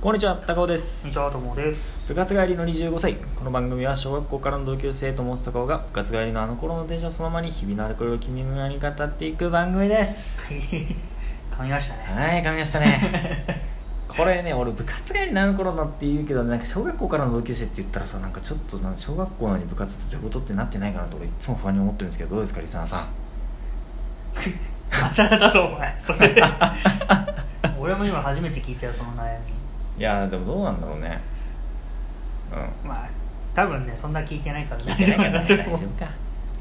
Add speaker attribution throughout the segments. Speaker 1: こんにちは、高尾で
Speaker 2: こん
Speaker 1: す
Speaker 2: にちは、と もです。
Speaker 1: 部活帰りの25歳この番組は小学校からの同級生ともつ高尾が部活帰りのあの頃のテンションそのままに日々のあれこれを君のに語っていく番組です
Speaker 2: はい。噛みましたね。
Speaker 1: はい、噛みましたね これね、俺部活帰りのあの頃だって言うけどなんか小学校からの同級生って言ったらさなんかちょっとなんか小学校なのに部活と仕事ってなってないかなとかいつも不安に思ってるんですけどどうですかリスナーさん
Speaker 2: まさかだろ、お前。そ れ。俺も今初めて聞いたよ、その悩み。
Speaker 1: いやーでもどうなんだろうねうん
Speaker 2: まあ、多分ね、そんな聞いてないから
Speaker 1: 聞いてないから
Speaker 2: 大
Speaker 1: 大丈
Speaker 2: 丈夫だ
Speaker 1: 夫
Speaker 2: と思
Speaker 1: か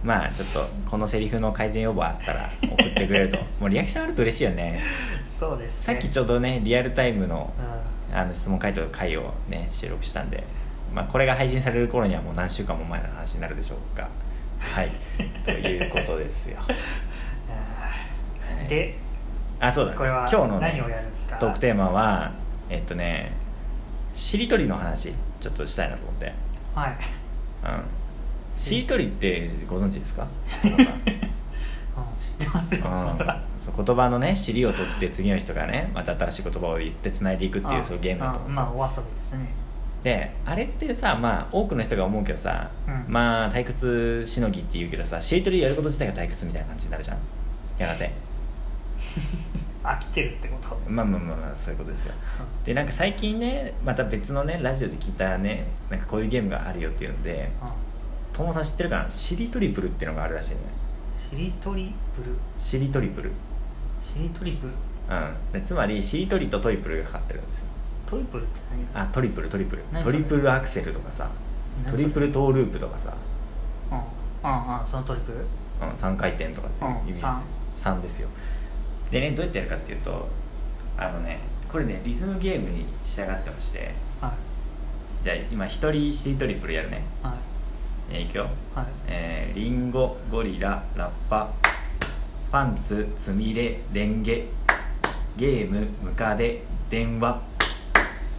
Speaker 1: まあちょっとこのセリフの改善要望あったら送ってくれる ともうリアクションあると嬉しいよね
Speaker 2: う そうです、ね。
Speaker 1: さっきちょうどねリアルタイムの
Speaker 2: うん。
Speaker 1: あの質問回答回をね収録したんで、まあ、これが配信される頃にはもう何週間も前の話になるでしょうかはい ということですよ、はい
Speaker 2: で、
Speaker 1: あそうだ
Speaker 2: これは
Speaker 1: 今日の、ね、
Speaker 2: 何をやるんですか
Speaker 1: トークテーマはえっとねしりとりの話ちょっとしたいなと思って
Speaker 2: はい。
Speaker 1: うんしりとりってご存知です か
Speaker 2: うん、知ってますよ、そら。
Speaker 1: うん、そう言葉のね尻を取って次の人がねまた新しい言葉を言ってつないでいくっていうそういうゲームだと思うんですよ、
Speaker 2: あまあ、お遊びですね。
Speaker 1: であれってさまあ多くの人が思うけどさ、
Speaker 2: うん
Speaker 1: まあ退屈しのぎって言うけどさしりとりやること自体が退屈みたいな感じになるじゃんやがて
Speaker 2: 飽きてるってこと。
Speaker 1: まあまあまあまあそういうことですよでなんか最近ねまた別のねラジオで聞いたねなんかこういうゲームがあるよっていうので
Speaker 2: う
Speaker 1: 友さん知ってるかなしりとりプルっていうのがあるらしいね
Speaker 2: ん。しりとりプル。
Speaker 1: しりとりプル
Speaker 2: しりとりプル。
Speaker 1: うんでつまりしりとりとトリプルがかかってるんですよ
Speaker 2: トリプルって何
Speaker 1: あトリプルトリプル
Speaker 2: 何
Speaker 1: ト
Speaker 2: それ
Speaker 1: リプルアクセルとかさト
Speaker 2: 何それ
Speaker 1: リプルトーループとかさ、
Speaker 2: うん、うん、うん、そのトリプル
Speaker 1: うん、3回転とかそういう意味です、
Speaker 2: うん三
Speaker 1: 3ですよでねどうやってやるかっていうとあのねこれねリズムゲームに仕上がってまして
Speaker 2: は
Speaker 1: じゃあ今一人シートリプルやるね
Speaker 2: い、はい、
Speaker 1: えーいくよ
Speaker 2: はい。
Speaker 1: えー、リンゴゴリララッパパンツつみれレンゲゲームムカデ電話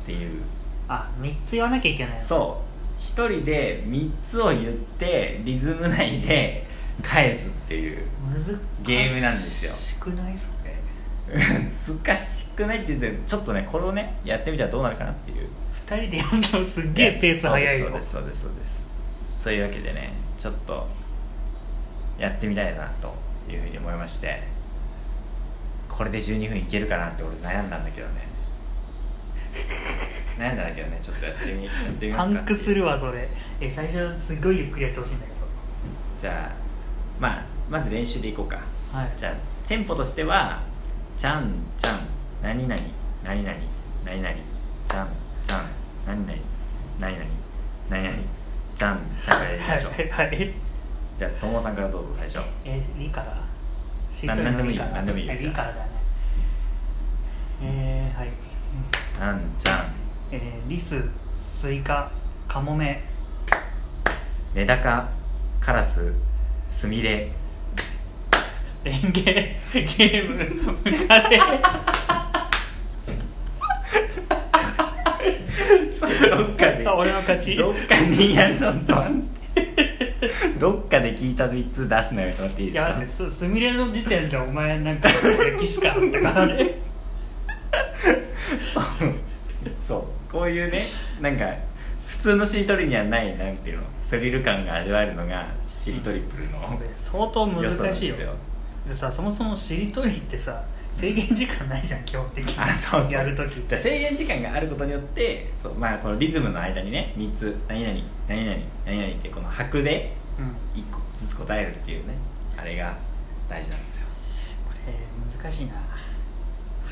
Speaker 1: っていう
Speaker 2: あ、三つ言わなきゃいけないの。
Speaker 1: そう一人で3つを言ってリズム内で返すっていう
Speaker 2: 難しい
Speaker 1: ゲームなんですよ
Speaker 2: 少ないそれ。
Speaker 1: 難しくないって言ってちょっとねこれをねやってみたらどうなるかなっていう
Speaker 2: 二人でやるのすっげえペース早いよ。
Speaker 1: そうですそうですそうですというわけでねちょっとやってみたいなというふうに思いましてこれで12分いけるかなって俺悩んだんだけどね 悩んだんだけどねちょっとやってみやってみま
Speaker 2: パ
Speaker 1: すか
Speaker 2: ン
Speaker 1: って
Speaker 2: ク
Speaker 1: いう
Speaker 2: するわ、それ。え、最初すごいゆっくりやってほしいんだけど。
Speaker 1: じゃあまあまず練習でいこうか
Speaker 2: はい。
Speaker 1: じゃあテンポとしては「じゃんじゃん何々何々何々じゃんじゃん何々何々何々じゃんじゃん」からやりましょう
Speaker 2: はい、はい。
Speaker 1: じゃあともさんからどうぞ最初
Speaker 2: え、リから。シ
Speaker 1: な
Speaker 2: ート
Speaker 1: なんでもいい
Speaker 2: リ
Speaker 1: よなんでもいいよ
Speaker 2: リからだね。えー、はい。
Speaker 1: 「じゃんじゃん
Speaker 2: えー、リス、スイカ、カモメ、
Speaker 1: メダカカラススミレ
Speaker 2: レンゲ、ゲーム、ムカデ。
Speaker 1: どっかで
Speaker 2: あ俺の勝ち
Speaker 1: どっかにいやちょっと待ってどっかで聞いた3つ出すのやめてもらっていい
Speaker 2: い
Speaker 1: です
Speaker 2: や
Speaker 1: か
Speaker 2: だってすすみれの時点でお前なんか歴史観とかあれ
Speaker 1: そう そうこういうねなんか普通のしりとりにはないなんていうのスリル感が味わえるのがしりとりプルの
Speaker 2: 相当難
Speaker 1: 良さなん
Speaker 2: しいよ
Speaker 1: ですよ
Speaker 2: でさそもそもしりとりってさ制限時間ないじゃん基本的に
Speaker 1: あそうそう
Speaker 2: やるときっ
Speaker 1: だ
Speaker 2: て
Speaker 1: 制限時間があることによってそう、まあ、このリズムの間にね3つ何々何々何々ってこの拍で
Speaker 2: うんこ
Speaker 1: 1個ずつ答えるっていうねあれが大事なんですよ
Speaker 2: れ難しいな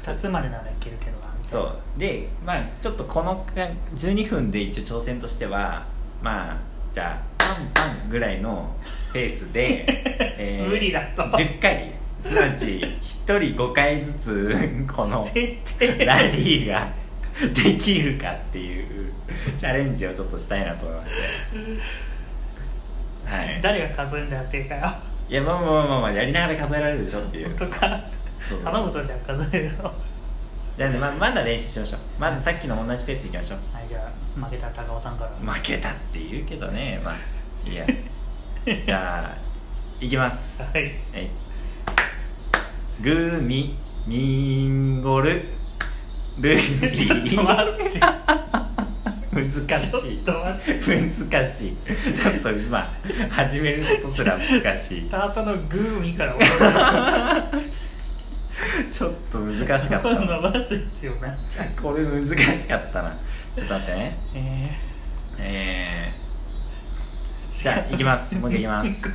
Speaker 2: 2つまでならいけるけどなみたいな
Speaker 1: そうでまあちょっとこの間12分で一応挑戦としてはまあじゃあパンパンぐらいのペース で、
Speaker 2: 無理だろ
Speaker 1: 10回すなわち1人5回ずつこの
Speaker 2: 絶対
Speaker 1: ラリーができるかっていうチャレンジをちょっとしたいなと思いましてはい
Speaker 2: 誰が数えんだよっていうかよ
Speaker 1: いやまあまあまあまあやりながら数えられるでしょっていう
Speaker 2: 本当か
Speaker 1: そうそうそう
Speaker 2: 頼むぞじゃあ数えるのは
Speaker 1: じゃあねままだ練習しましょうまずさっきの同じペースでいきましょう
Speaker 2: いじゃあ負けた高尾さんから
Speaker 1: 負けたって言うけどねまあ いいやじゃあいきます
Speaker 2: はい
Speaker 1: はいグミミンゴルルビ
Speaker 2: ちょっと
Speaker 1: ー
Speaker 2: 待って
Speaker 1: 難しい
Speaker 2: ちょっと待って
Speaker 1: 難しいちょっと今始めることすら難しい
Speaker 2: スタートのグーミーから終
Speaker 1: ちょっと難しかっ
Speaker 2: わる
Speaker 1: た
Speaker 2: 伸ばす必要ないじゃん
Speaker 1: これ難しかったなちょっと待ってね
Speaker 2: え
Speaker 1: えー、じゃあいきますもう一回いきます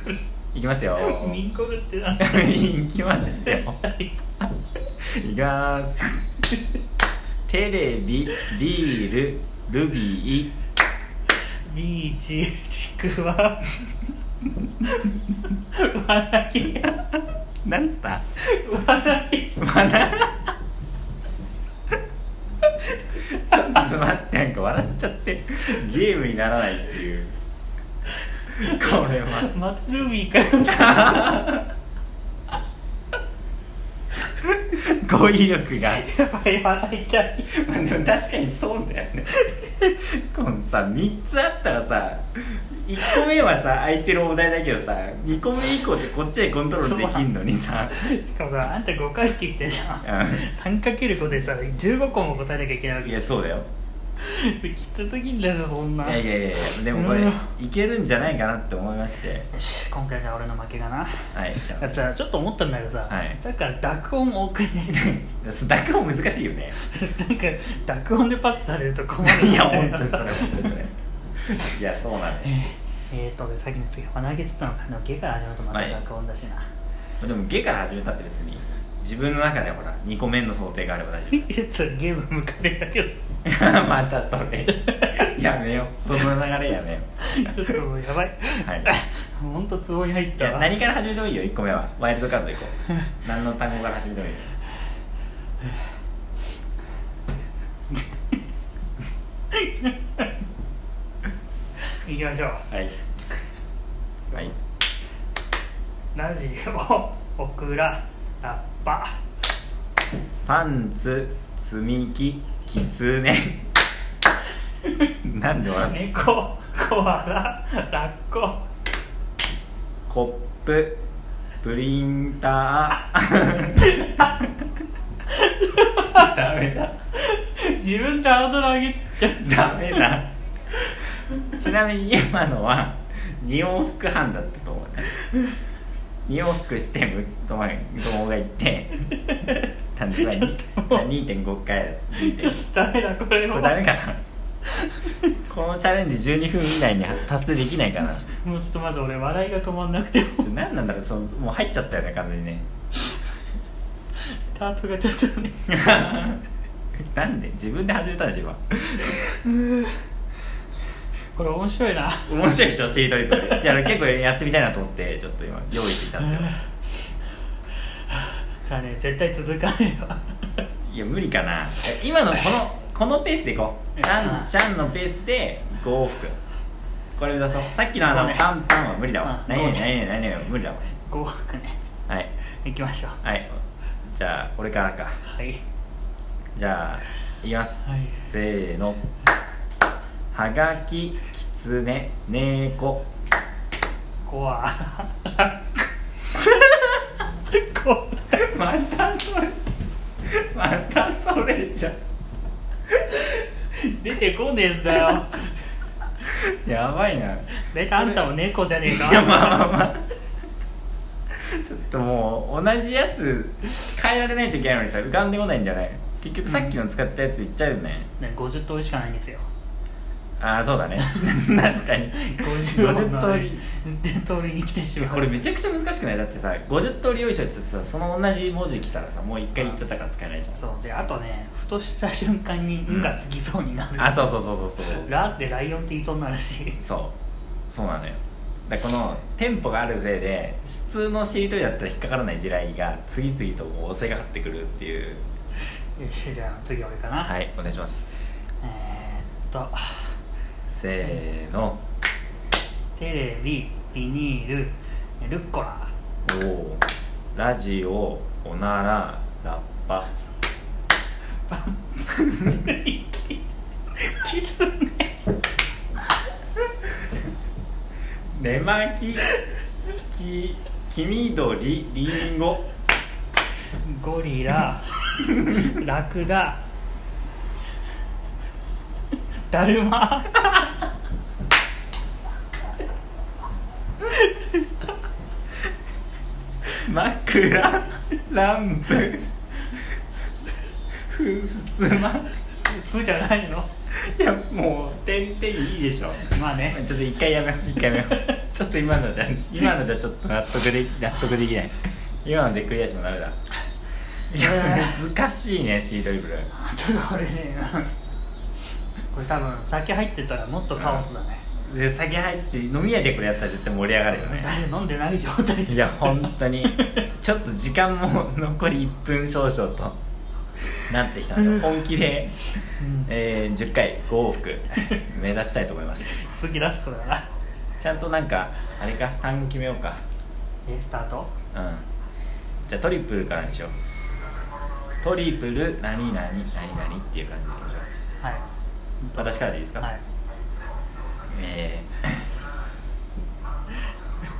Speaker 1: いきますよ
Speaker 2: ー、ニンコルってなんだ
Speaker 1: いきますよいき ますテレビビールルビー
Speaker 2: ビーチちくわわらびが
Speaker 1: なんつった
Speaker 2: わらび
Speaker 1: まだちょっと待ってなんか笑っちゃってゲームにならないっていうこれは
Speaker 2: またルビーから
Speaker 1: 語彙力が
Speaker 2: やばい笑いたい
Speaker 1: まあでも確かにそうだよねこのさ3つあったらさ1個目はさ空いてるお題だけどさ2個目以降ってこっちでコントロールできんのにさ
Speaker 2: しかもさあんた5回って言ったじゃん
Speaker 1: う
Speaker 2: 3×5 でさ15個も答えなきゃいけないわ
Speaker 1: んい
Speaker 2: け
Speaker 1: やそうだよ
Speaker 2: きつすぎんだよそんない
Speaker 1: やいやいやでもこ
Speaker 2: う
Speaker 1: れ
Speaker 2: ん
Speaker 1: いけるんじゃないかなって思いまして
Speaker 2: よし今回じゃあ俺の負けかな
Speaker 1: はいじゃあ
Speaker 2: だってさちょっと思ったんだけどさ、
Speaker 1: はい
Speaker 2: さっきから濁音多くね
Speaker 1: 濁音難しいよね
Speaker 2: なんか濁音でパスされると困る
Speaker 1: いや 本当にそれ本 当にそれいやそうなんだよ
Speaker 2: えーっとでさっきの次鼻上げっつったのかな「ゲ」から始まるとまた
Speaker 1: はい
Speaker 2: 濁音だしな、
Speaker 1: でも「ゲ」から始めたって別に自分の中でほら2個目の想定があれば大丈夫
Speaker 2: い、つゲーム向かれだけど
Speaker 1: またそれやめようその流れやめよ
Speaker 2: ちょっともうやばい、
Speaker 1: はい
Speaker 2: ほんとツボに入っ
Speaker 1: うい
Speaker 2: た
Speaker 1: や
Speaker 2: わ
Speaker 1: 何から始めてもいいよ1個目はワイルドカードいこ う何の単語から始めてもいいよ
Speaker 2: 行きましょう
Speaker 1: はいはい
Speaker 2: ラジオオクララッパ
Speaker 1: パンツ積み木きつね なんで笑う
Speaker 2: 猫コアララッコ
Speaker 1: コッププリンターダメだ
Speaker 2: 自分でハードル上げてじゃ
Speaker 1: ダメだちなみに今のは2往復半だったと思うね2往復してむ友が友が行って単純に2.5回
Speaker 2: んちょっとダメだこれ
Speaker 1: こ
Speaker 2: も
Speaker 1: れダメかなこのチャレンジ12分以内に達成できないかな
Speaker 2: もうちょっとまず俺笑いが止まんなくても
Speaker 1: ちょ何なんだろうそのもう入っちゃったよね完全にね
Speaker 2: スタートがちょっとね
Speaker 1: なんで自分で始めたんでしょ今
Speaker 2: これ面白いな
Speaker 1: 面白いでしょシートリプルいや結構やってみたいなと思ってちょっと今用意してきたんですよ
Speaker 2: じゃあね絶対続かないよ
Speaker 1: いや無理かなえ今のこ のこのペースでいこうランちゃんのペースで5往復これ目指そうさっきのあ
Speaker 2: ご
Speaker 1: の
Speaker 2: めん
Speaker 1: パンパンは無理だわ
Speaker 2: うん
Speaker 1: 何
Speaker 2: ご
Speaker 1: 々
Speaker 2: めん
Speaker 1: 何々何々無理だわ
Speaker 2: 5枠ね
Speaker 1: はい
Speaker 2: 行きましょう
Speaker 1: はいじゃあこれからか
Speaker 2: はい
Speaker 1: じゃあいきます
Speaker 2: はい
Speaker 1: せーのはがききつね猫
Speaker 2: コアラッココ
Speaker 1: またそれまたそれじゃ
Speaker 2: 出てこねえんだよ
Speaker 1: やばいな
Speaker 2: 大体あんたも猫じゃねえか
Speaker 1: いやまあまあまあちょっともう同じやつ変えられないといけないのにさ浮かんでこないんじゃない結局さっきの使ったやついっちゃうよね、
Speaker 2: ね50通りしかないんですよ
Speaker 1: ああそうだね 確かに
Speaker 2: 50は
Speaker 1: 50通り
Speaker 2: 50通りに来てしまう
Speaker 1: これめちゃくちゃ難しくないだってさ50通り用意しといてさその同じ文字来たらさもう一回言っちゃったから使えないじゃん
Speaker 2: そうであとねふとした瞬間に「
Speaker 1: うん
Speaker 2: ん」がつきそうになる
Speaker 1: あそうそうそうそうそう
Speaker 2: 「ラ」ってライオンって言いそうになるし
Speaker 1: そうそうなのよだからこのテンポがあるせいで普通のしりとりだったら引っかからない地雷が次々とこう襲いかかってくるっていう
Speaker 2: よしじゃあ次俺かな、
Speaker 1: はいお願いします
Speaker 2: えー、っと
Speaker 1: せーの
Speaker 2: テレビビニールルッコラ
Speaker 1: おおラジオおならラッパ
Speaker 2: きつね
Speaker 1: 寝巻きき黄緑りんご
Speaker 2: ゴリララクダだるま
Speaker 1: 枕ランプふすま
Speaker 2: ふじゃないの
Speaker 1: いやもう点々いいでしょ
Speaker 2: まあね
Speaker 1: ちょっと一回やめよう一回 やめようちょっと今のじゃ今のじゃちょっと納得でき納得できない今のでクリアしてもダメだいや
Speaker 2: ね
Speaker 1: 難しいねシードイブル
Speaker 2: ちょっとこれねこれ多分酒入ってたらもっとカオスだね、
Speaker 1: で酒入ってて飲み屋でこれやったら絶対盛り上がるよね
Speaker 2: 誰飲んでない状態で
Speaker 1: いや本当にちょっと時間も残り1分少々となってきたので本気で、
Speaker 2: うん
Speaker 1: えー10回5往復目指したいと思います
Speaker 2: 次ラストだな
Speaker 1: ちゃんとなんかあれか単語決めようか
Speaker 2: えスタート
Speaker 1: うんじゃあトリプルからにしようトリプル何々何々っていう感じでいきましょう
Speaker 2: はい
Speaker 1: 私からでいいですか、
Speaker 2: はい
Speaker 1: え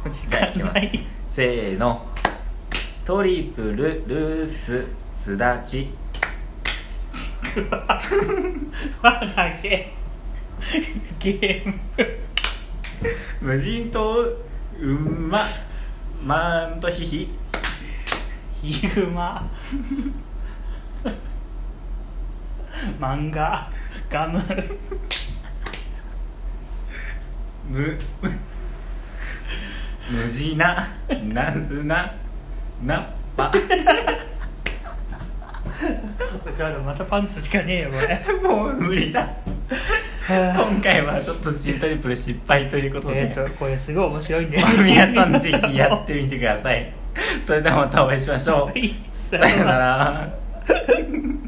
Speaker 2: もう時
Speaker 1: ー、じゃあいきま
Speaker 2: 間な
Speaker 1: す
Speaker 2: い
Speaker 1: せーのトリプルルースすだち
Speaker 2: 輪投げ ゲーム
Speaker 1: 無人島うんまマントヒヒ
Speaker 2: ヒグ マ漫画ガム
Speaker 1: む無地ななずななっぱ
Speaker 2: ちょっとまたパンツしかねえよこれ
Speaker 1: もう無理だ今回はちょっとシートリプル失敗ということ
Speaker 2: え
Speaker 1: で
Speaker 2: っとこれすごい面白いんで
Speaker 1: 皆さんぜひ やってみてくださいそれではまたお会いしましょう
Speaker 2: はいさ
Speaker 1: さよ
Speaker 2: よ
Speaker 1: う
Speaker 2: な
Speaker 1: な
Speaker 2: ら
Speaker 1: ら